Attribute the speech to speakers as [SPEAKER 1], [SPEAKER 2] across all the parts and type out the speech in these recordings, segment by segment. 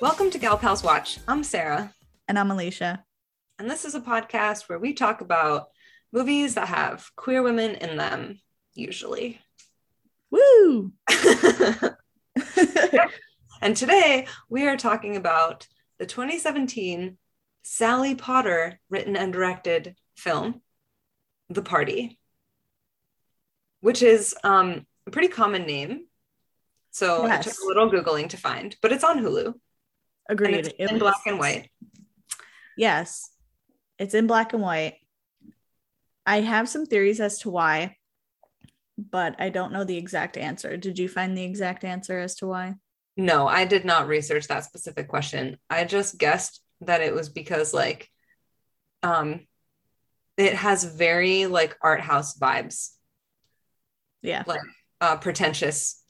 [SPEAKER 1] Welcome to Gal Pals Watch. I'm Sarah,
[SPEAKER 2] And I'm Alicia.
[SPEAKER 1] and this is a podcast where we talk about movies that have queer women in them, usually.
[SPEAKER 2] Woo!
[SPEAKER 1] and today we are talking about the 2017 Sally Potter written and directed film, The Party, which is um, a pretty common name. So it
[SPEAKER 2] Yes.
[SPEAKER 1] took a little Googling to find, but it's on Hulu and
[SPEAKER 2] Agreed.
[SPEAKER 1] it's
[SPEAKER 2] It
[SPEAKER 1] in
[SPEAKER 2] was-
[SPEAKER 1] black and white.
[SPEAKER 2] Yes. It's in black and white. I have some theories as to why, but I don't know the exact answer. Did you find the exact answer as to why?
[SPEAKER 1] No, I did not research that specific question. I just guessed that it was because like um it has very like art house vibes,
[SPEAKER 2] Yeah.
[SPEAKER 1] uh pretentious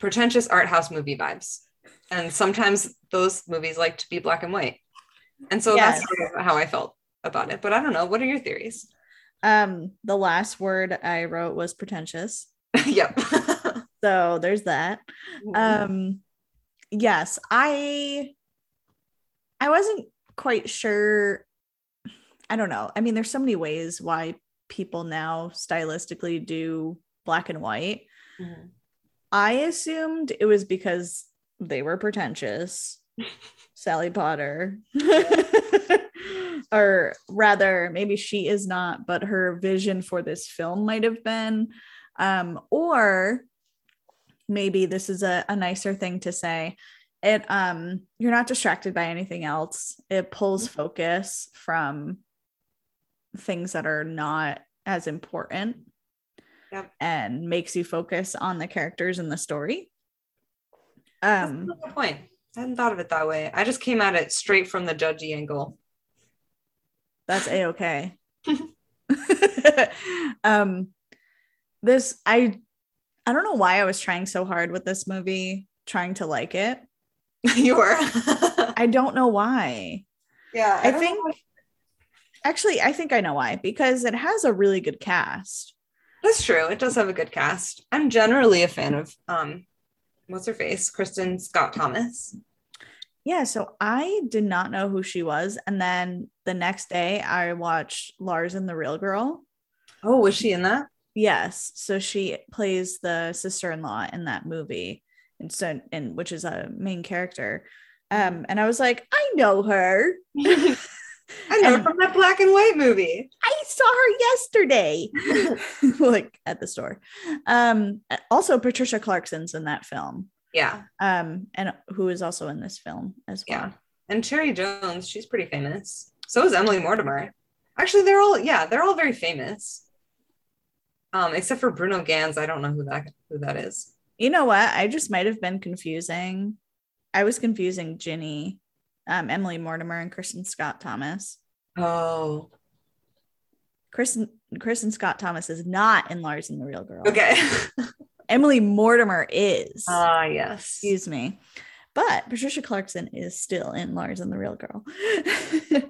[SPEAKER 1] pretentious art house movie vibes. And sometimes those movies like to be black and white. And so that's
[SPEAKER 2] Yes.
[SPEAKER 1] sort of how I felt about it. But I don't know, what are your theories?
[SPEAKER 2] Um, the last word I wrote was pretentious.
[SPEAKER 1] Yep.
[SPEAKER 2] So there's that. um yes i i wasn't quite sure i don't know i mean there's so many ways why people now stylistically do black and white
[SPEAKER 1] Mhm.
[SPEAKER 2] i assumed it was because they were pretentious sally potter or rather maybe she is not but her vision for this film might have been um or maybe this is a, a nicer thing to say it um you're not distracted by anything else it pulls focus from things that are not as important
[SPEAKER 1] Yep.
[SPEAKER 2] and makes you focus on the characters and the story
[SPEAKER 1] That's
[SPEAKER 2] um
[SPEAKER 1] a good point. I hadn't thought of it that way. I just came at it straight from the judgy angle.
[SPEAKER 2] That's a okay. um, this I I don't know why I was trying so hard with this movie, trying to like it.
[SPEAKER 1] You were.
[SPEAKER 2] I don't know why.
[SPEAKER 1] Yeah,
[SPEAKER 2] I,
[SPEAKER 1] don't
[SPEAKER 2] think
[SPEAKER 1] know.
[SPEAKER 2] actually I think I know why because it has a really good cast.
[SPEAKER 1] that's true. It does have a good cast. I'm generally a fan of um, what's her face, Kristen Scott Thomas.
[SPEAKER 2] Yeah, so I did not know who she was, and then the next day I watched Lars and the Real Girl.
[SPEAKER 1] Oh, was she in that?
[SPEAKER 2] Yes, so she plays the sister-in-law in that movie, and so and which is a main character. Um, and I was like, I know her.
[SPEAKER 1] I know
[SPEAKER 2] And-
[SPEAKER 1] from that black and white movie.
[SPEAKER 2] I saw her yesterday, like at the store. Um, also Patricia Clarkson's in that film,
[SPEAKER 1] Yeah,
[SPEAKER 2] um, and who is also in this film as well.
[SPEAKER 1] yeah. And Cherry Jones, she's pretty famous. So is Emily Mortimer. Actually, they're all yeah, they're all very famous. Um, except for Bruno Gans, I don't know who that who that is.
[SPEAKER 2] You know what? I just might have been confusing. I was confusing Ginny, um, Emily Mortimer, and Kristen Scott Thomas.
[SPEAKER 1] Oh,
[SPEAKER 2] Kristen Kristen Scott Thomas is not in Lars and the Real Girl.
[SPEAKER 1] okay.
[SPEAKER 2] Emily Mortimer is.
[SPEAKER 1] Ah, yes.
[SPEAKER 2] Excuse me. But Patricia Clarkson is still in Lars and the Real Girl.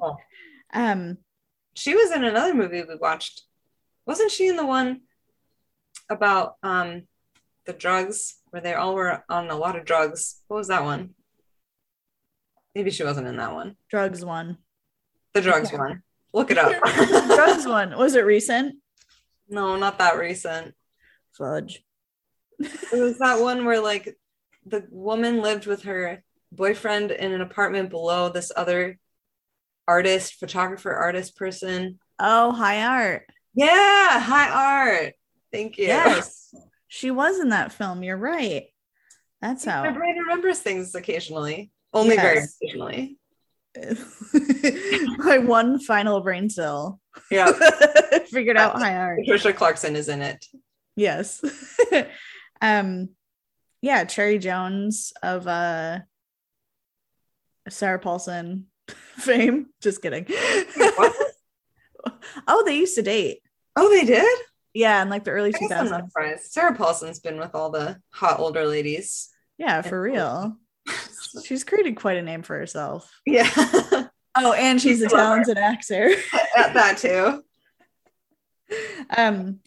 [SPEAKER 1] Oh.
[SPEAKER 2] um,
[SPEAKER 1] she was in another movie we watched. Wasn't she in the one about um the drugs where they all were on a lot of drugs? What was that one? Maybe she wasn't in that one.
[SPEAKER 2] drugs one.
[SPEAKER 1] The drugs one. Look it up.
[SPEAKER 2] drugs one. Was it recent?
[SPEAKER 1] no, not that recent.
[SPEAKER 2] Fudge.
[SPEAKER 1] It was that one where like the woman lived with her boyfriend in an apartment below this other artist, photographer, artist person.
[SPEAKER 2] Oh, high art.
[SPEAKER 1] Yeah, high art. Thank you.
[SPEAKER 2] Yes. She was in that film. You're right. That's
[SPEAKER 1] My
[SPEAKER 2] how.
[SPEAKER 1] brain remembers things occasionally, only very
[SPEAKER 2] Yes.
[SPEAKER 1] occasionally.
[SPEAKER 2] My one final brain cell
[SPEAKER 1] Yeah,
[SPEAKER 2] figured out high art.
[SPEAKER 1] Patricia Clarkson is in it.
[SPEAKER 2] Yes. um yeah, Cherry Jones of uh Sarah Paulson fame. Just kidding.
[SPEAKER 1] What?
[SPEAKER 2] oh, they used to date.
[SPEAKER 1] Oh, they did.
[SPEAKER 2] Yeah, in like the early
[SPEAKER 1] I guess I'm not
[SPEAKER 2] 2000s.
[SPEAKER 1] surprised. Sarah Paulson's been with all the hot older ladies.
[SPEAKER 2] Yeah, for real. She's created quite a name for herself.
[SPEAKER 1] Yeah,
[SPEAKER 2] Oh, and she's a
[SPEAKER 1] She's a lover.
[SPEAKER 2] talented actor.
[SPEAKER 1] at that too.
[SPEAKER 2] um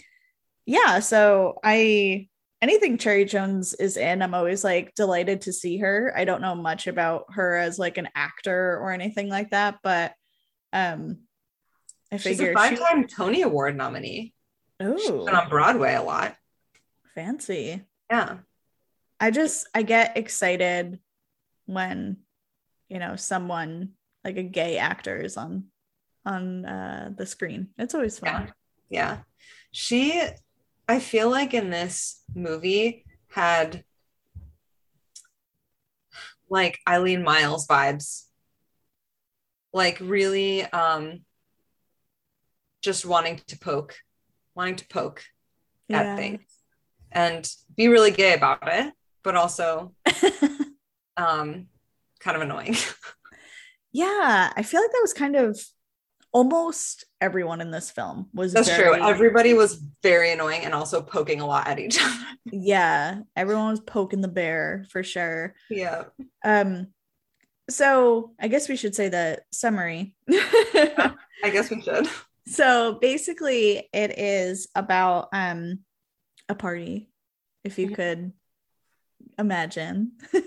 [SPEAKER 2] yeah so i anything Cherry Jones is in, I'm always like delighted to see her. I don't know much about her as like an actor or anything like that, but um I
[SPEAKER 1] She's
[SPEAKER 2] figure
[SPEAKER 1] a five-time Tony Award nominee. She's
[SPEAKER 2] oh
[SPEAKER 1] been on Broadway a lot.
[SPEAKER 2] fancy.
[SPEAKER 1] Yeah.
[SPEAKER 2] I just I get excited when you know someone like a gay actor is on on uh the screen. It's always fun.
[SPEAKER 1] Yeah. She, I feel like in this movie had like Eileen Miles vibes. Like really um just wanting to poke, wanting to poke at things and be really gay about it, but also um kind of annoying.
[SPEAKER 2] yeah, I feel like that was kind of almost everyone in this film was
[SPEAKER 1] That's
[SPEAKER 2] very-
[SPEAKER 1] true. Everybody was very annoying and also poking a lot at each other.
[SPEAKER 2] yeah, everyone was poking the bear for sure.
[SPEAKER 1] yeah.
[SPEAKER 2] Um so I guess we should say the summary.
[SPEAKER 1] I guess we should.
[SPEAKER 2] so basically it is about um a party if you
[SPEAKER 1] Mhm.
[SPEAKER 2] could imagine um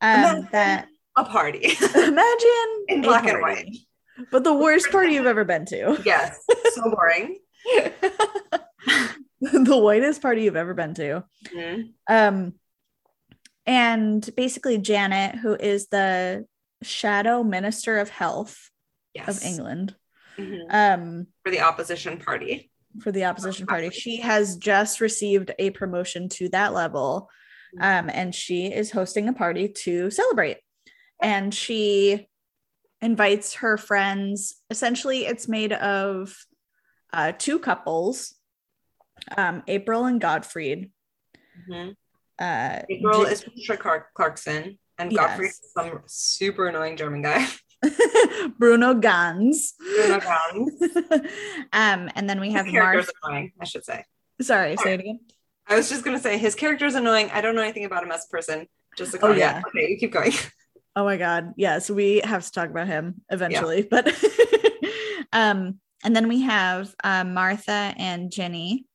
[SPEAKER 1] Imagine.
[SPEAKER 2] that
[SPEAKER 1] A party.
[SPEAKER 2] imagine
[SPEAKER 1] In
[SPEAKER 2] a
[SPEAKER 1] black and
[SPEAKER 2] party, but the worst party you've ever been to
[SPEAKER 1] Yes. So boring.
[SPEAKER 2] the whitest party you've ever been to
[SPEAKER 1] Mhm.
[SPEAKER 2] um and basically janet who is the shadow minister of health
[SPEAKER 1] Yes.
[SPEAKER 2] of england
[SPEAKER 1] Mhm.
[SPEAKER 2] um
[SPEAKER 1] For the opposition party.
[SPEAKER 2] for the opposition party.
[SPEAKER 1] Exactly.
[SPEAKER 2] She has just received a promotion to that level. Um, and she is hosting a party to celebrate. And she invites her friends. Essentially, it's made of uh, two couples, um, April and Gottfried.
[SPEAKER 1] Mhm.
[SPEAKER 2] Uh,
[SPEAKER 1] April
[SPEAKER 2] J-
[SPEAKER 1] is Patricia Clark- Clarkson and
[SPEAKER 2] Yes.
[SPEAKER 1] Godfrey is some super annoying German guy.
[SPEAKER 2] Bruno Ganz.
[SPEAKER 1] Bruno Ganz.
[SPEAKER 2] um, and then we have
[SPEAKER 1] His character's
[SPEAKER 2] Martha.
[SPEAKER 1] annoying, I should say.
[SPEAKER 2] Sorry, say it again.
[SPEAKER 1] I was just gonna say his character is annoying. I don't know anything about him as a person. Just a
[SPEAKER 2] Oh,
[SPEAKER 1] comment.
[SPEAKER 2] yeah.
[SPEAKER 1] Okay, you keep going.
[SPEAKER 2] Oh my god. Yes, we have to talk about him eventually. But um and then we have um, Martha and Jenny.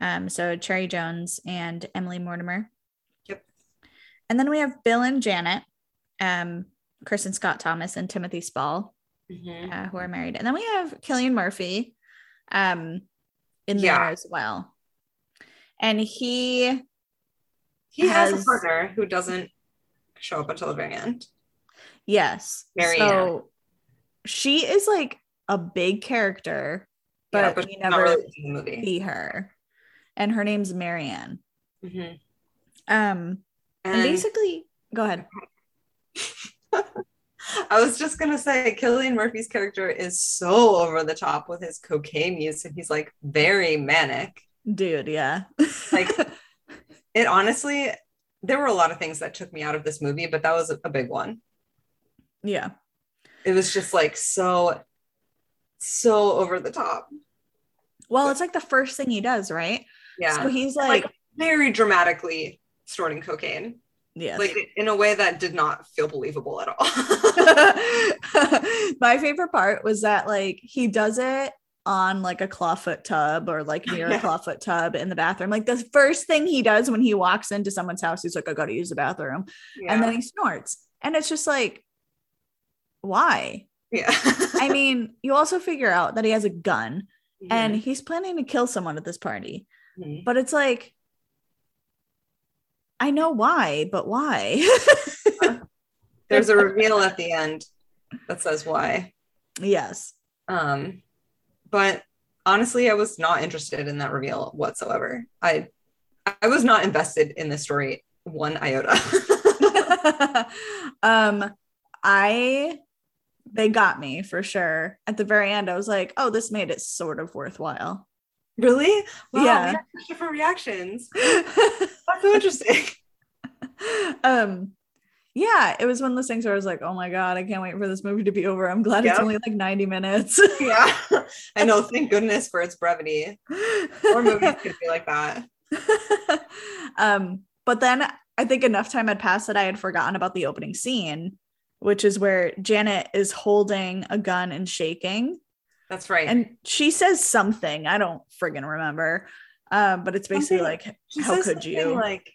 [SPEAKER 2] Um so Cherry Jones and Emily Mortimer.
[SPEAKER 1] Yep.
[SPEAKER 2] And then we have Bill and Janet. Um Kristen Scott Thomas and Timothy Spall
[SPEAKER 1] Mhm.
[SPEAKER 2] uh, who are married. And then we have Killian Murphy um in there
[SPEAKER 1] Yeah.
[SPEAKER 2] as well. And he
[SPEAKER 1] He has,
[SPEAKER 2] Has-
[SPEAKER 1] a partner who doesn't show up until the very end.
[SPEAKER 2] yes.
[SPEAKER 1] Marianne.
[SPEAKER 2] So she is like a big character. But,
[SPEAKER 1] Yeah,
[SPEAKER 2] we
[SPEAKER 1] she's not
[SPEAKER 2] never
[SPEAKER 1] really in the movie.
[SPEAKER 2] be her and her name's marianne
[SPEAKER 1] Mhm.
[SPEAKER 2] um and,
[SPEAKER 1] And-
[SPEAKER 2] basically go ahead
[SPEAKER 1] I was just gonna say, Killian Murphy's character is so over the top with his cocaine use, and he's like very manic.
[SPEAKER 2] dude yeah
[SPEAKER 1] Like it honestly, there were a lot of things that took me out of this movie, but that was a big one.
[SPEAKER 2] yeah
[SPEAKER 1] It was just like so, so over the top.
[SPEAKER 2] well it's like the first thing he does right
[SPEAKER 1] Yeah,
[SPEAKER 2] so he's like,
[SPEAKER 1] Like- very dramatically snorting cocaine,
[SPEAKER 2] yes
[SPEAKER 1] like in a way that did not feel believable at all.
[SPEAKER 2] my favorite part was that like he does it on like a clawfoot tub or like near a
[SPEAKER 1] Yeah.
[SPEAKER 2] clawfoot tub in the bathroom like the first thing he does when he walks into someone's house he's like i gotta use the bathroom
[SPEAKER 1] yeah.
[SPEAKER 2] and then he snorts and it's just like why
[SPEAKER 1] yeah.
[SPEAKER 2] I mean, you also figure out that he has a gun
[SPEAKER 1] Mm-hmm.
[SPEAKER 2] and he's planning to kill someone at this party.
[SPEAKER 1] Mhm.
[SPEAKER 2] But it's like, I know why, but why?
[SPEAKER 1] there's a reveal at the end that says why.
[SPEAKER 2] yes.
[SPEAKER 1] Um, but honestly, I was not interested in that reveal whatsoever. I I was not invested in this story one iota.
[SPEAKER 2] um, I they got me for sure. At the very end, I was like, oh, this made it sort of worthwhile.
[SPEAKER 1] really? Wow,
[SPEAKER 2] Yeah.
[SPEAKER 1] we have such different reactions. That's so interesting.
[SPEAKER 2] um yeah, it was one of those things where I was like, oh my God, I can't wait for this movie to be over. I'm glad it's
[SPEAKER 1] Yep.
[SPEAKER 2] only like 90 minutes.
[SPEAKER 1] yeah. I know, thank goodness for its brevity. More movies could be like that.
[SPEAKER 2] um, but then I think enough time had passed that I had forgotten about the opening scene, which is where Janet is holding a gun and shaking.
[SPEAKER 1] That's right.
[SPEAKER 2] And she says something. I don't friggin' remember. Um, but it's basically
[SPEAKER 1] Something-
[SPEAKER 2] like,
[SPEAKER 1] She
[SPEAKER 2] how
[SPEAKER 1] says
[SPEAKER 2] could
[SPEAKER 1] something
[SPEAKER 2] you?
[SPEAKER 1] Like,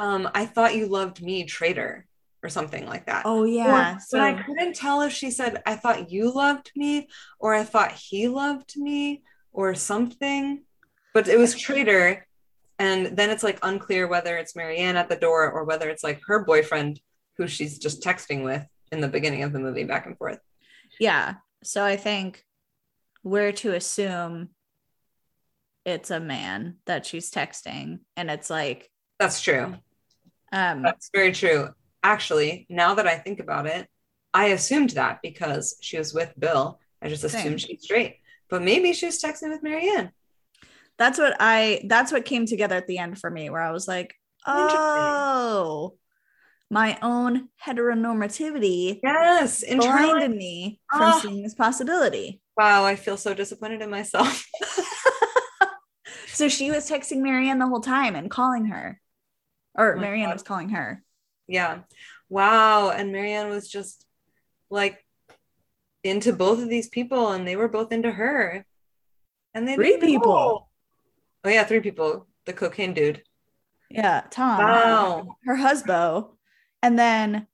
[SPEAKER 1] um, I thought you loved me, traitor, or something like that.
[SPEAKER 2] oh
[SPEAKER 1] Or-
[SPEAKER 2] yeah, so
[SPEAKER 1] But I couldn't tell if she said, I thought you loved me, or I thought he loved me, or something. But it was traitor. And then it's like unclear whether it's Marianne at the door or whether it's like her boyfriend who she's just texting with in the beginning of the movie back and forth.
[SPEAKER 2] yeah. So I think we're to assume it's a man that she's texting, and it's like,
[SPEAKER 1] That's true.
[SPEAKER 2] um,
[SPEAKER 1] That's very true. Actually, now that I think about it, I assumed that because she was with Bill. I just
[SPEAKER 2] Same.
[SPEAKER 1] assumed she's straight. But maybe she was texting with Marianne.
[SPEAKER 2] that's what I that's what came together at the end for me, where I was like,
[SPEAKER 1] Interesting.
[SPEAKER 2] oh, my own heteronormativity
[SPEAKER 1] Yes. Internally.
[SPEAKER 2] blinded me from
[SPEAKER 1] Ah.
[SPEAKER 2] seeing this possibility.
[SPEAKER 1] Wow, I feel so disappointed in myself.
[SPEAKER 2] So she was texting Marianne the whole time and calling her, or
[SPEAKER 1] Oh my
[SPEAKER 2] Marianne
[SPEAKER 1] God.
[SPEAKER 2] was calling her.
[SPEAKER 1] yeah. Wow. And Marianne was just like into both of these people and they were both into her. And they
[SPEAKER 2] Three
[SPEAKER 1] didn't even
[SPEAKER 2] people.
[SPEAKER 1] know. Oh yeah, three people. The cocaine dude.
[SPEAKER 2] Yeah, Tom,
[SPEAKER 1] Wow.
[SPEAKER 2] her husband, and then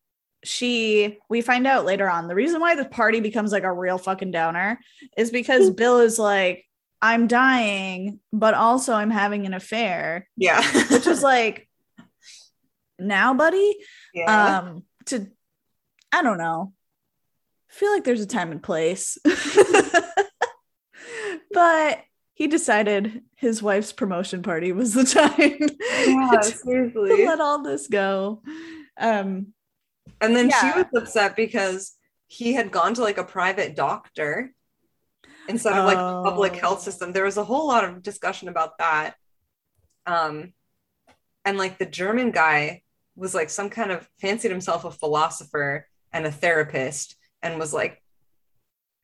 [SPEAKER 2] she. We find out later on the reason why the party becomes like a real fucking downer is because Bill is like, "I'm dying, but also I'm having an affair,"
[SPEAKER 1] Yeah.
[SPEAKER 2] which was like, "Now, buddy."
[SPEAKER 1] yeah.
[SPEAKER 2] Um, to, I don't know. I feel like there's a time and place. but he decided his wife's promotion party was the time
[SPEAKER 1] yeah,
[SPEAKER 2] to,
[SPEAKER 1] seriously.
[SPEAKER 2] let all this go. Um,
[SPEAKER 1] And then
[SPEAKER 2] Yeah.
[SPEAKER 1] she was upset because he had gone to like a private doctor instead of like the public
[SPEAKER 2] Oh.
[SPEAKER 1] health system. There was a whole lot of discussion about that. Um, and like the German guy was like some kind of fancied himself a philosopher and a therapist and was like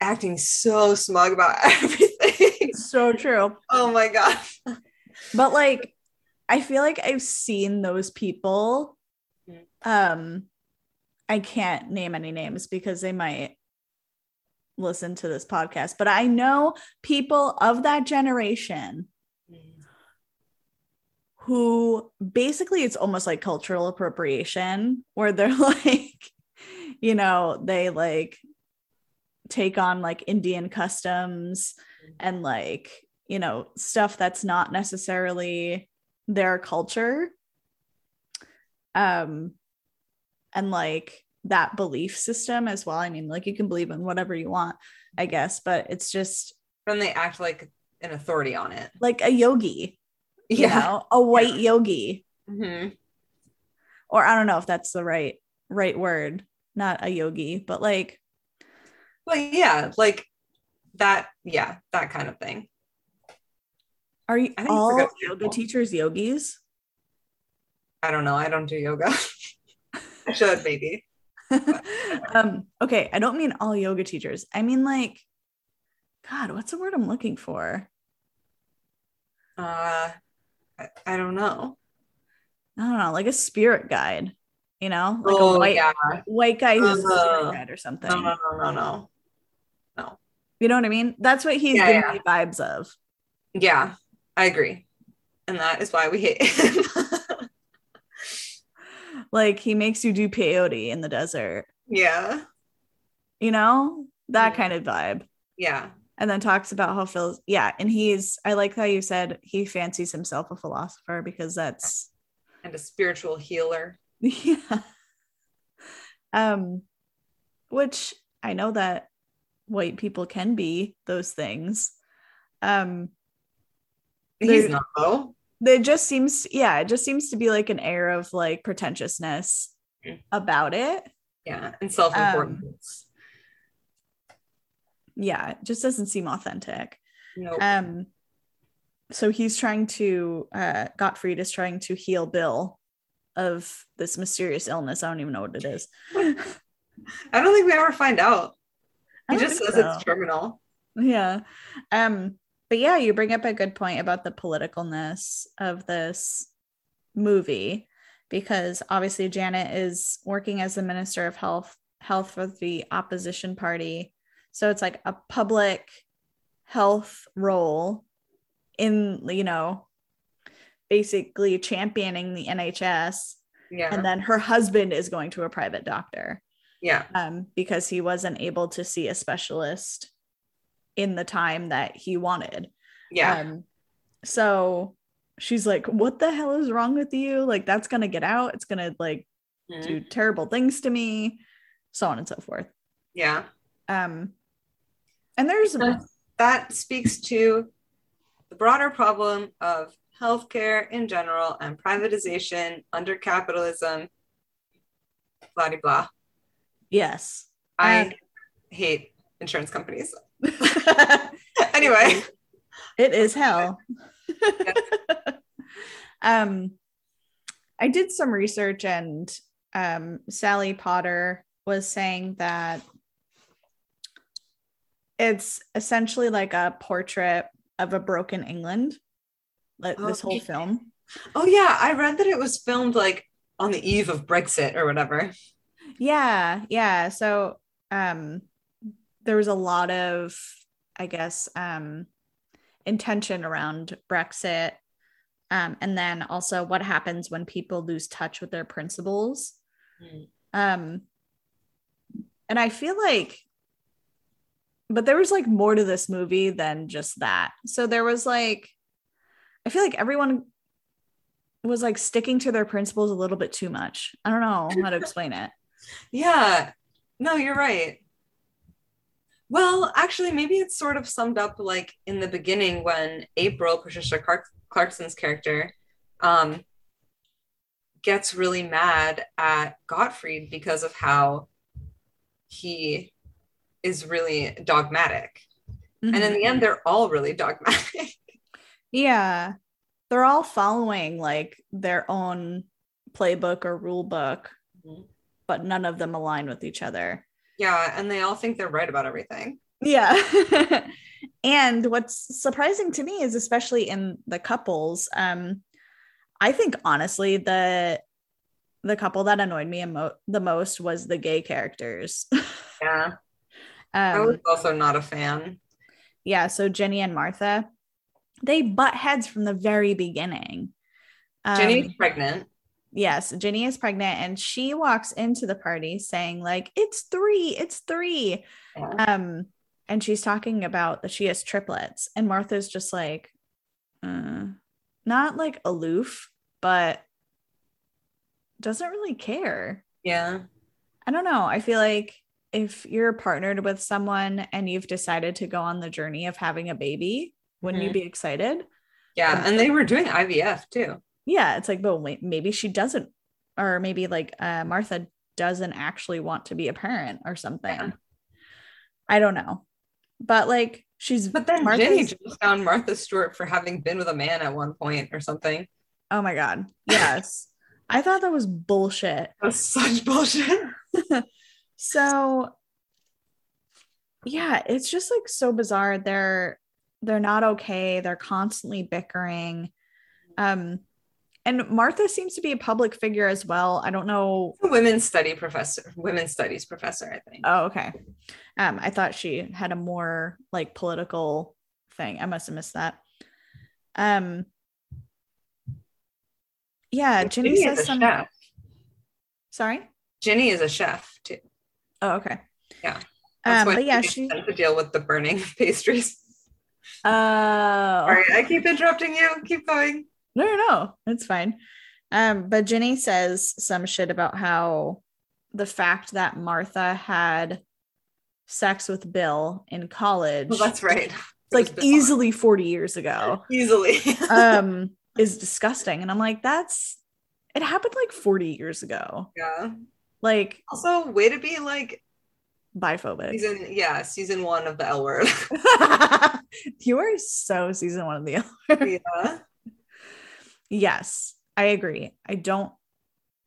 [SPEAKER 1] acting so smug about everything.
[SPEAKER 2] so true.
[SPEAKER 1] oh my God.
[SPEAKER 2] But like, I feel like I've seen those people.
[SPEAKER 1] Mhm.
[SPEAKER 2] Um, I can't name any names because they might listen to this podcast, but I know people of that generation Mm. who basically it's almost like cultural appropriation where they're like you know they like take on like indian customs and like you know stuff that's not necessarily their culture um and like that belief system as well i mean like you can believe in whatever you want i guess but it's just
[SPEAKER 1] Then they act like an authority on it.
[SPEAKER 2] like a yogi you know a white yogi
[SPEAKER 1] Mhm.
[SPEAKER 2] or I don't know if that's the right right word, not a yogi, but like
[SPEAKER 1] Well, yeah, like that, yeah, that kind of thing.
[SPEAKER 2] are you
[SPEAKER 1] I think it's a
[SPEAKER 2] all
[SPEAKER 1] good
[SPEAKER 2] yoga
[SPEAKER 1] example.
[SPEAKER 2] teachers yogis?
[SPEAKER 1] I don't know. I don't do yoga. I should maybe.
[SPEAKER 2] um okay, I don't mean all yoga teachers. I mean like god, what's the word I'm looking for?
[SPEAKER 1] Uh, I, I don't know.
[SPEAKER 2] I don't know, like a spirit guide, you know? Like
[SPEAKER 1] oh
[SPEAKER 2] a white
[SPEAKER 1] yeah,
[SPEAKER 2] white guy who's a
[SPEAKER 1] Uh,
[SPEAKER 2] spirit guide or something.
[SPEAKER 1] no, no, no, no, no.
[SPEAKER 2] You know what I mean? That's what he's
[SPEAKER 1] Yeah,
[SPEAKER 2] giving me vibes of.
[SPEAKER 1] Yeah, I agree, and that is why we hate him.
[SPEAKER 2] Like he makes you do peyote in the desert,
[SPEAKER 1] yeah,
[SPEAKER 2] you know? That
[SPEAKER 1] Mhm.
[SPEAKER 2] kind of vibe.
[SPEAKER 1] yeah,
[SPEAKER 2] and then talks about how Phil's yeah, and he's I like how you said he fancies himself a philosopher because that's
[SPEAKER 1] and a spiritual healer.
[SPEAKER 2] yeah. Um which I know that white people can be those things. Um
[SPEAKER 1] He's
[SPEAKER 2] There-
[SPEAKER 1] not though.
[SPEAKER 2] there just seems yeah, it just seems to be like an air of like pretentiousness
[SPEAKER 1] Mhm.
[SPEAKER 2] about it.
[SPEAKER 1] Yeah, and self-importance.
[SPEAKER 2] Yeah, it just doesn't seem authentic.
[SPEAKER 1] no,
[SPEAKER 2] Um so he's trying to uh Gottfried is trying to heal Bill of this mysterious illness. I don't even know what it is.
[SPEAKER 1] I don't think we ever find out.
[SPEAKER 2] I
[SPEAKER 1] He
[SPEAKER 2] don't
[SPEAKER 1] just
[SPEAKER 2] think
[SPEAKER 1] says
[SPEAKER 2] so.
[SPEAKER 1] it's terminal.
[SPEAKER 2] Yeah. Um but yeah, you bring up a good point about the politicalness of this movie because obviously Janet is working as the minister of health health for the opposition party. So it's like a public health role in you know basically championing the NHS.
[SPEAKER 1] Yeah.
[SPEAKER 2] And then her husband is going to a private doctor
[SPEAKER 1] yeah.
[SPEAKER 2] um, because he wasn't able to see a specialist in the time that he wanted.
[SPEAKER 1] Yeah.
[SPEAKER 2] Um, so she's like, What the hell is wrong with you? Like, that's going to get out. It's going to like
[SPEAKER 1] Mhm.
[SPEAKER 2] do terrible things to me, so on and so forth.
[SPEAKER 1] Yeah.
[SPEAKER 2] Um, and there's
[SPEAKER 1] Yeah. That speaks to the broader problem of healthcare in general and privatization under capitalism. Blah de blah.
[SPEAKER 2] yes,
[SPEAKER 1] I
[SPEAKER 2] Uh,
[SPEAKER 1] hate insurance companies.
[SPEAKER 2] it
[SPEAKER 1] anyway,
[SPEAKER 2] is hell. um, I did some research, and um, Sally Potter was saying that it's essentially like a portrait of a broken England. Like this whole
[SPEAKER 1] Okay.
[SPEAKER 2] film.
[SPEAKER 1] oh yeah, I read that it was filmed like on the eve of Brexit or whatever.
[SPEAKER 2] Yeah, yeah. So um there was a lot of I guess um intention around Brexit. Um and then also what happens when people lose touch with their principles.
[SPEAKER 1] Mm.
[SPEAKER 2] Um and I feel like but there was like more to this movie than just that. So there was like I feel like everyone was like sticking to their principles a little bit too much. I don't know how to explain it.
[SPEAKER 1] Yeah. No, you're right. Well, actually, maybe it's sort of summed up like in the beginning when April, Patricia Clark- Clarkson's character, um, gets really mad at Gottfried because of how he is really dogmatic. And in
[SPEAKER 2] Mhm.
[SPEAKER 1] the end, they're all really dogmatic.
[SPEAKER 2] yeah, they're all following like their own playbook or rule book,
[SPEAKER 1] Mhm.
[SPEAKER 2] but none of them align with each other.
[SPEAKER 1] yeah. And they all think they're right about everything.
[SPEAKER 2] Yeah. and what's surprising to me is especially in the couples, um, I think honestly the the couple that annoyed me emo- the most was the gay characters. um,
[SPEAKER 1] Yeah. I was also not a fan.
[SPEAKER 2] yeah so jenny and martha they butt heads from the very beginning um,
[SPEAKER 1] Jenny's pregnant.
[SPEAKER 2] yes jenny is pregnant and she walks into the party saying like it's three it's three
[SPEAKER 1] Yeah.
[SPEAKER 2] um and she's talking about that she has triplets and martha's just like uh, not like aloof but doesn't really care
[SPEAKER 1] Yeah.
[SPEAKER 2] I don't know. I feel like if you're partnered with someone and you've decided to go on the journey of having a baby, wouldn't you
[SPEAKER 1] Mhm.
[SPEAKER 2] be excited?
[SPEAKER 1] Yeah. And they were doing IVF too.
[SPEAKER 2] Yeah, it's like, but wait, maybe she doesn't, or maybe like uh, Martha doesn't actually want to be a parent or something.
[SPEAKER 1] Yeah.
[SPEAKER 2] I don't know, but like she's
[SPEAKER 1] But then
[SPEAKER 2] Martha's-
[SPEAKER 1] Jenny just found Martha Stewart for having been with a man at one point or something.
[SPEAKER 2] Oh my god, yes, I thought that was bullshit.
[SPEAKER 1] That's such bullshit.
[SPEAKER 2] so yeah it's just like so bizarre they're they're not okay they're constantly bickering um and martha seems to be a public figure as well i don't know
[SPEAKER 1] Women's study professor, women's studies professor, I think.
[SPEAKER 2] oh okay um i thought she had a more like political thing i must have missed that um yeah jenny
[SPEAKER 1] Jenny is
[SPEAKER 2] says
[SPEAKER 1] a
[SPEAKER 2] some
[SPEAKER 1] chef.
[SPEAKER 2] sorry
[SPEAKER 1] Jenny is a chef too.
[SPEAKER 2] oh okay
[SPEAKER 1] Yeah.
[SPEAKER 2] um
[SPEAKER 1] why
[SPEAKER 2] but yeah
[SPEAKER 1] she
[SPEAKER 2] she
[SPEAKER 1] had to deal with the burning pastries.
[SPEAKER 2] oh
[SPEAKER 1] All right, I keep interrupting you. Keep going.
[SPEAKER 2] No, no, no, it's fine. Um, but Jenny says some shit about how the fact that Martha had sex with Bill in college,
[SPEAKER 1] Well, that's right.
[SPEAKER 2] like
[SPEAKER 1] bizarre.
[SPEAKER 2] easily 40 years ago,
[SPEAKER 1] Easily.
[SPEAKER 2] um, is disgusting. And I'm like, that's it happened like 40 years ago,
[SPEAKER 1] yeah.
[SPEAKER 2] like
[SPEAKER 1] Also, way to be like
[SPEAKER 2] biphobic.
[SPEAKER 1] season, yeah, season one of the L word.
[SPEAKER 2] you are so season one of the
[SPEAKER 1] yeah.
[SPEAKER 2] Yes, I agree. I don't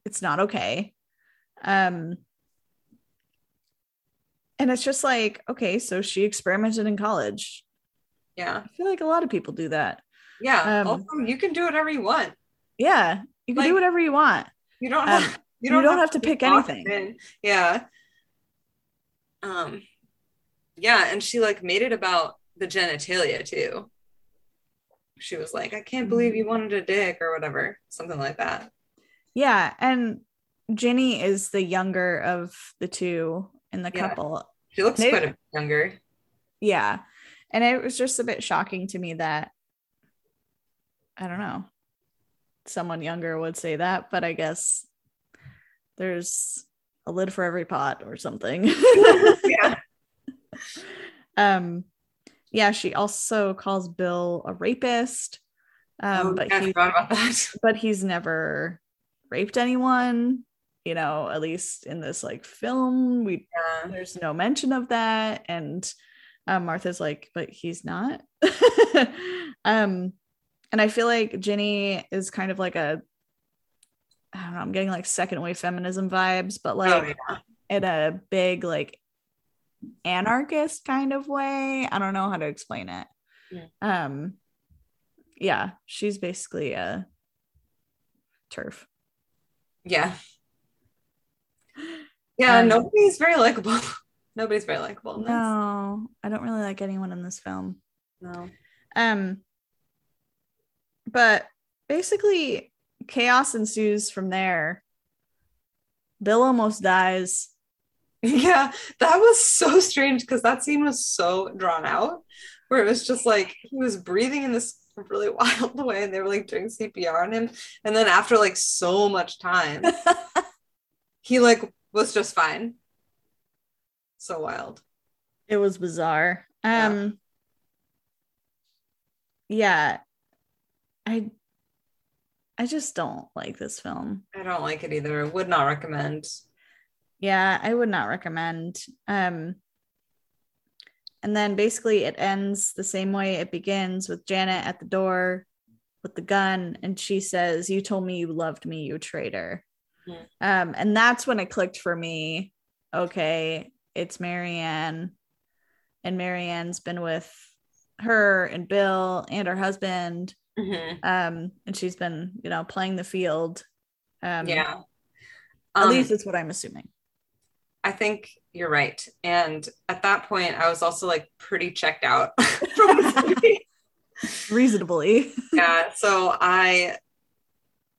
[SPEAKER 2] it's not okay. Um and it's just like, okay, so she experimented in college.
[SPEAKER 1] Yeah.
[SPEAKER 2] I feel like a lot of people do that.
[SPEAKER 1] Yeah.
[SPEAKER 2] Um,
[SPEAKER 1] also, you can do whatever you want.
[SPEAKER 2] Yeah, you can
[SPEAKER 1] Like-
[SPEAKER 2] do whatever you want.
[SPEAKER 1] You don't
[SPEAKER 2] Um,
[SPEAKER 1] have
[SPEAKER 2] You don't, have, to
[SPEAKER 1] be
[SPEAKER 2] pick
[SPEAKER 1] locked
[SPEAKER 2] anything.
[SPEAKER 1] in. Yeah. Um yeah, and she like made it about the genitalia too. she was like, I can't
[SPEAKER 2] Mm.
[SPEAKER 1] believe you wanted a dick or whatever, something like that.
[SPEAKER 2] Yeah. And Ginny is the younger of the two in the
[SPEAKER 1] Yeah.
[SPEAKER 2] couple.
[SPEAKER 1] She looks
[SPEAKER 2] Maybe-
[SPEAKER 1] quite a bit younger.
[SPEAKER 2] Yeah. And it was just a bit shocking to me that I don't know. Someone younger would say that, but I guess there's a lid for every pot or something.
[SPEAKER 1] yeah.
[SPEAKER 2] um yeah, she also calls Bill a rapist. Um
[SPEAKER 1] oh,
[SPEAKER 2] but
[SPEAKER 1] yeah, I
[SPEAKER 2] he
[SPEAKER 1] forgot about that.
[SPEAKER 2] but he's never raped anyone you know at least in this like film we
[SPEAKER 1] Yeah.
[SPEAKER 2] there's no mention of that and um, martha's like but he's not um and i feel like jenny is kind of like a i don't know i'm getting like second wave feminism vibes but like
[SPEAKER 1] Oh, yeah.
[SPEAKER 2] in a big like anarchist kind of way i don't know how to explain it
[SPEAKER 1] Yeah.
[SPEAKER 2] um yeah she's basically a turf
[SPEAKER 1] Yeah. Yeah,
[SPEAKER 2] Um,
[SPEAKER 1] nobody's very likable. Nobody's very likable. in this.
[SPEAKER 2] no i don't really like anyone in this film
[SPEAKER 1] No.
[SPEAKER 2] um but basically chaos ensues from there bill almost dies
[SPEAKER 1] Yeah, that was so strange because that scene was so drawn out, where it was just like he was breathing in this really wild way, and they were like doing CPR on him, and then after like so much time, he like was just fine. So wild.
[SPEAKER 2] it was bizarre
[SPEAKER 1] Yeah.
[SPEAKER 2] um yeah i i just don't like this film
[SPEAKER 1] I don't like it either. Would not recommend.
[SPEAKER 2] yeah i would not recommend um and then basically it ends the same way it begins with janet at the door with the gun and she says you told me you loved me you traitor
[SPEAKER 1] Yeah.
[SPEAKER 2] um and that's when it clicked for me okay it's marianne and marianne's been with her and bill and her husband
[SPEAKER 1] Mhm.
[SPEAKER 2] um and she's been you know playing the field um
[SPEAKER 1] yeah.
[SPEAKER 2] at
[SPEAKER 1] Um,
[SPEAKER 2] least that's what i'm assuming
[SPEAKER 1] I think you're right. And at that point, I was also like pretty checked out from the movie.
[SPEAKER 2] reasonably
[SPEAKER 1] yeah so i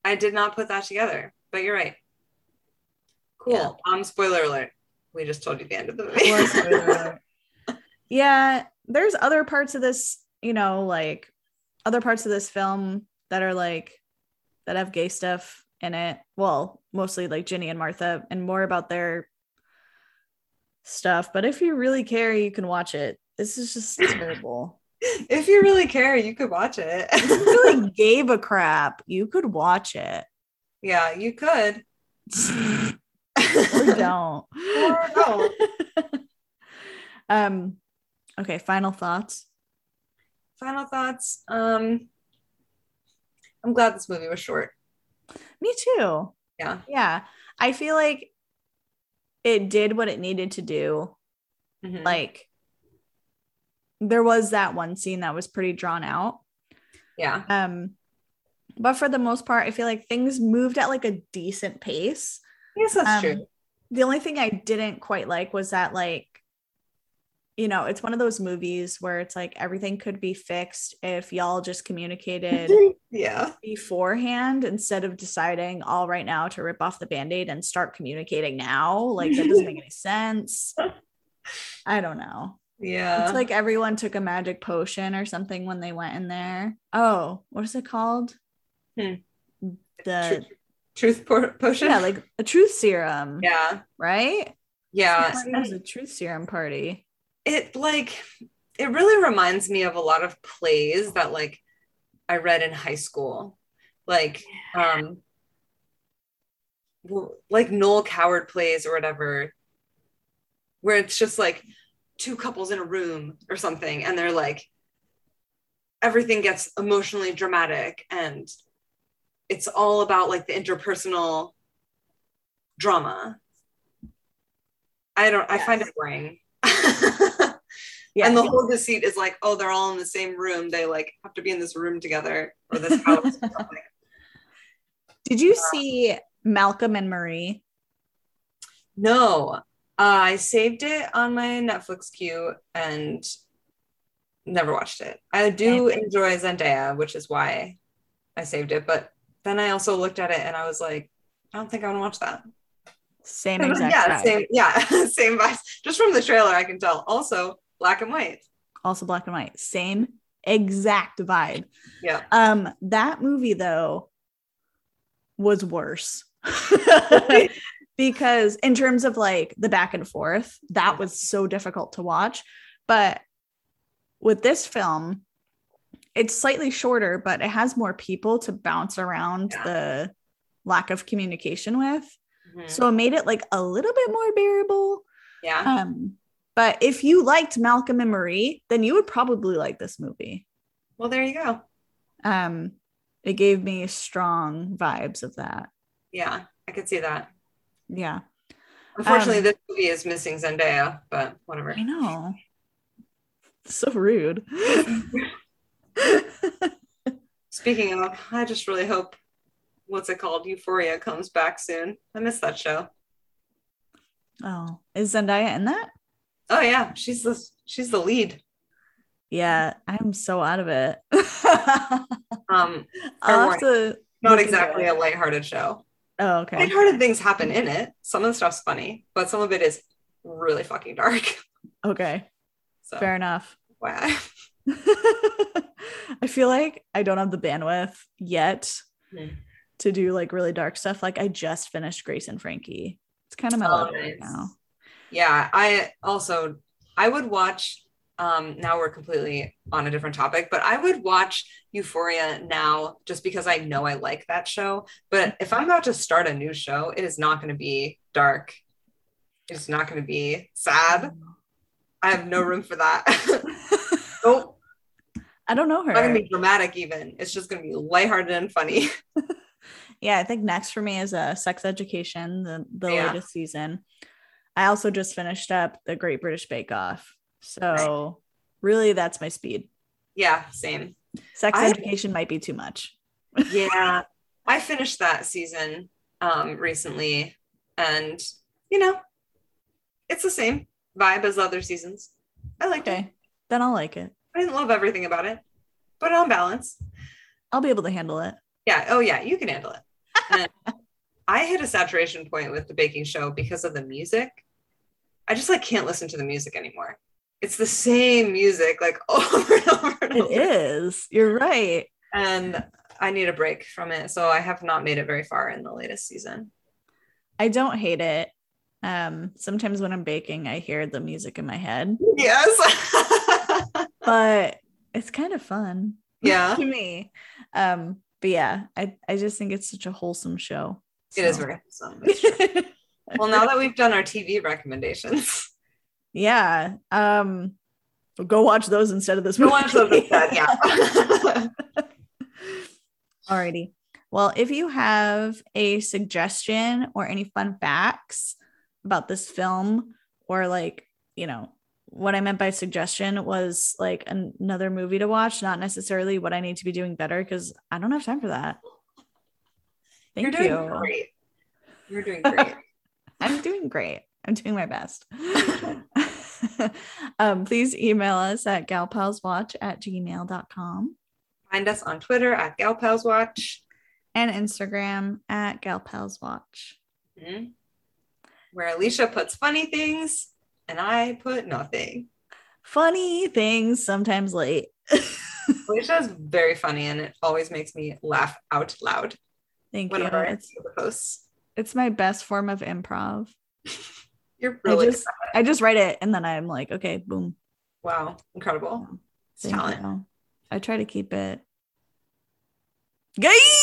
[SPEAKER 1] i did not put that together but you're right cool
[SPEAKER 2] Yeah.
[SPEAKER 1] um spoiler alert we just told you the end of the
[SPEAKER 2] Or
[SPEAKER 1] movie
[SPEAKER 2] spoiler alert. yeah, there's other parts of this, you know, like other parts of this film that are like that have gay stuff in it. Well, mostly like Ginny and Martha and more about their stuff. But if you really care, you can watch it. This is just terrible.
[SPEAKER 1] if you really care you could watch it
[SPEAKER 2] if you really gave a crap, you could watch it.
[SPEAKER 1] yeah you could
[SPEAKER 2] or don't.
[SPEAKER 1] Or don't.
[SPEAKER 2] um okay, final thoughts.
[SPEAKER 1] final thoughts um i'm glad this movie was short
[SPEAKER 2] Me too.
[SPEAKER 1] yeah
[SPEAKER 2] Yeah. I feel like it did what it needed to do.
[SPEAKER 1] Mhm.
[SPEAKER 2] Like there was that one scene that was pretty drawn out.
[SPEAKER 1] yeah
[SPEAKER 2] Um but for the most part, I feel like things moved at like a decent pace.
[SPEAKER 1] yes that's
[SPEAKER 2] Um,
[SPEAKER 1] true
[SPEAKER 2] The only thing I didn't quite like was that like you know, it's one of those movies where it's like everything could be fixed if y'all just communicated
[SPEAKER 1] yeah
[SPEAKER 2] beforehand instead of deciding all right now to rip off the band-aid and start communicating now like that doesn't make any sense i don't know
[SPEAKER 1] yeah
[SPEAKER 2] it's like everyone took a magic potion or something when they went in there oh what is it called
[SPEAKER 1] Hmm.
[SPEAKER 2] the
[SPEAKER 1] truth po- potion
[SPEAKER 2] yeah like a truth serum
[SPEAKER 1] yeah Uh,
[SPEAKER 2] right
[SPEAKER 1] yeah
[SPEAKER 2] Somebody was a truth serum party
[SPEAKER 1] it like it really reminds me of a lot of plays that like I read in high school. Like um w- like Noel Coward plays or whatever where it's just like two couples in a room or something and they're like everything gets emotionally dramatic and it's all about like the interpersonal drama. I don't I find it boring.
[SPEAKER 2] yeah
[SPEAKER 1] And the whole deceit is like, oh, they're all in the same room. They like have to be in this room together or this house. or something.
[SPEAKER 2] did you see malcolm and marie
[SPEAKER 1] no, uh, I saved it on my Netflix queue and never watched it. I do enjoy Zendaya, which is why I saved it. But then I also looked at it and I was like, I don't think I want to watch that.
[SPEAKER 2] Same
[SPEAKER 1] I was like,
[SPEAKER 2] exact.
[SPEAKER 1] yeah,
[SPEAKER 2] vibe.
[SPEAKER 1] same, yeah, same vibes. Just from the trailer, I can tell. Also, black and white.
[SPEAKER 2] Also black and white. Same exact vibe.
[SPEAKER 1] Yeah.
[SPEAKER 2] Um, that movie though was worse.
[SPEAKER 1] Mm-hmm.
[SPEAKER 2] because in terms of like the back and forth, that was so difficult to watch. But with this film, it's slightly shorter, but it has more people to bounce around
[SPEAKER 1] Yeah.
[SPEAKER 2] the lack of communication with.
[SPEAKER 1] Mhm.
[SPEAKER 2] So it made it like a little bit more bearable.
[SPEAKER 1] yeah.
[SPEAKER 2] Um, but if you liked Malcolm and Marie, then you would probably like this movie.
[SPEAKER 1] Well, there you go.
[SPEAKER 2] Um, it gave me strong vibes of that.
[SPEAKER 1] Yeah, I could see that.
[SPEAKER 2] Yeah,
[SPEAKER 1] Unfortunately,
[SPEAKER 2] Um,
[SPEAKER 1] this movie is missing Zendaya, but whatever.
[SPEAKER 2] I know. So rude.
[SPEAKER 1] Speaking of, I just really hope what's it called? Euphoria comes back soon. I miss that show.
[SPEAKER 2] oh, is Zendaya in that?
[SPEAKER 1] Oh yeah, she's the she's the lead.
[SPEAKER 2] Yeah, I'm so out of it.
[SPEAKER 1] Um,
[SPEAKER 2] I'll have to.
[SPEAKER 1] not
[SPEAKER 2] look into
[SPEAKER 1] exactly
[SPEAKER 2] it.
[SPEAKER 1] a lighthearted show.
[SPEAKER 2] Oh, okay.
[SPEAKER 1] Lighthearted things happen in it. Some of the stuff's funny, but some of it is really fucking dark.
[SPEAKER 2] Okay.
[SPEAKER 1] So
[SPEAKER 2] Fair enough.
[SPEAKER 1] wow.
[SPEAKER 2] I feel like I don't have the bandwidth yet
[SPEAKER 1] Hmm.
[SPEAKER 2] to do like really dark stuff. Like I just finished Grace and Frankie. It's kind of my
[SPEAKER 1] Oh,
[SPEAKER 2] level right
[SPEAKER 1] nice.
[SPEAKER 2] now.
[SPEAKER 1] Yeah, I also I would watch um now we're completely on a different topic, but I would watch Euphoria now just because I know I like that show. But if I'm about to start a new show, it is not going to be dark. It's not going to be sad. I have no room for that. nope.
[SPEAKER 2] I don't know
[SPEAKER 1] Not going
[SPEAKER 2] her.
[SPEAKER 1] to be dramatic even. It's just going to be lighthearted and funny.
[SPEAKER 2] yeah, I think next for me is uh, Sex Education, the, the
[SPEAKER 1] Yeah.
[SPEAKER 2] latest season. I also just finished up The Great British Bake Off. So really, that's my speed.
[SPEAKER 1] Yeah, same.
[SPEAKER 2] Sex
[SPEAKER 1] I-
[SPEAKER 2] Education might be too much.
[SPEAKER 1] yeah i finished that season um recently and you know it's the same vibe as the other seasons i liked it
[SPEAKER 2] Okay. Then I'll like it.
[SPEAKER 1] i didn't love everything about it but on balance
[SPEAKER 2] I'll be able to handle it.
[SPEAKER 1] yeah oh yeah you can handle it and i hit a saturation point with the baking show because of the music i just like can't listen to the music anymore it's the same music like over and over and
[SPEAKER 2] It
[SPEAKER 1] over
[SPEAKER 2] is. You're right.
[SPEAKER 1] and i need a break from it so i have not made it very far in the latest season
[SPEAKER 2] I don't hate it. Um, sometimes when I'm baking, I hear the music in my head,
[SPEAKER 1] Yes.
[SPEAKER 2] but it's kind of fun
[SPEAKER 1] yeah,
[SPEAKER 2] to me. Um, but yeah, I, I just think it's such a wholesome show.
[SPEAKER 1] it is
[SPEAKER 2] so.
[SPEAKER 1] very awesome. Well, now that we've done our TV recommendations,
[SPEAKER 2] yeah. Um, go watch those instead of this
[SPEAKER 1] we
[SPEAKER 2] movie.
[SPEAKER 1] watch those instead. Yeah.
[SPEAKER 2] Alrighty. Well, if you have a suggestion or any fun facts about this film, or like, you know, what I meant by suggestion was like an- another movie to watch, not necessarily what I need to be doing better because I don't have time for that.
[SPEAKER 1] You're
[SPEAKER 2] Thank
[SPEAKER 1] doing
[SPEAKER 2] you.
[SPEAKER 1] great. You're doing great.
[SPEAKER 2] I'm doing great. I'm doing my best. um, please email us at galpalswatch at gmail.com
[SPEAKER 1] Find us on Twitter at Gal Pals Watch.
[SPEAKER 2] and Instagram at galpalswatch.
[SPEAKER 1] Mhm. Where Alicia puts funny things and I put nothing.
[SPEAKER 2] funny things sometimes late.
[SPEAKER 1] Alicia is very funny and it always makes me laugh out loud
[SPEAKER 2] Thank
[SPEAKER 1] whenever
[SPEAKER 2] you.
[SPEAKER 1] I
[SPEAKER 2] It's
[SPEAKER 1] see the posts.
[SPEAKER 2] it's my best form of improv.
[SPEAKER 1] You're really
[SPEAKER 2] I just I just write it and then I'm like, okay, boom.
[SPEAKER 1] wow, incredible. It's
[SPEAKER 2] Thank
[SPEAKER 1] talent.
[SPEAKER 2] you. I try to keep it. Gay!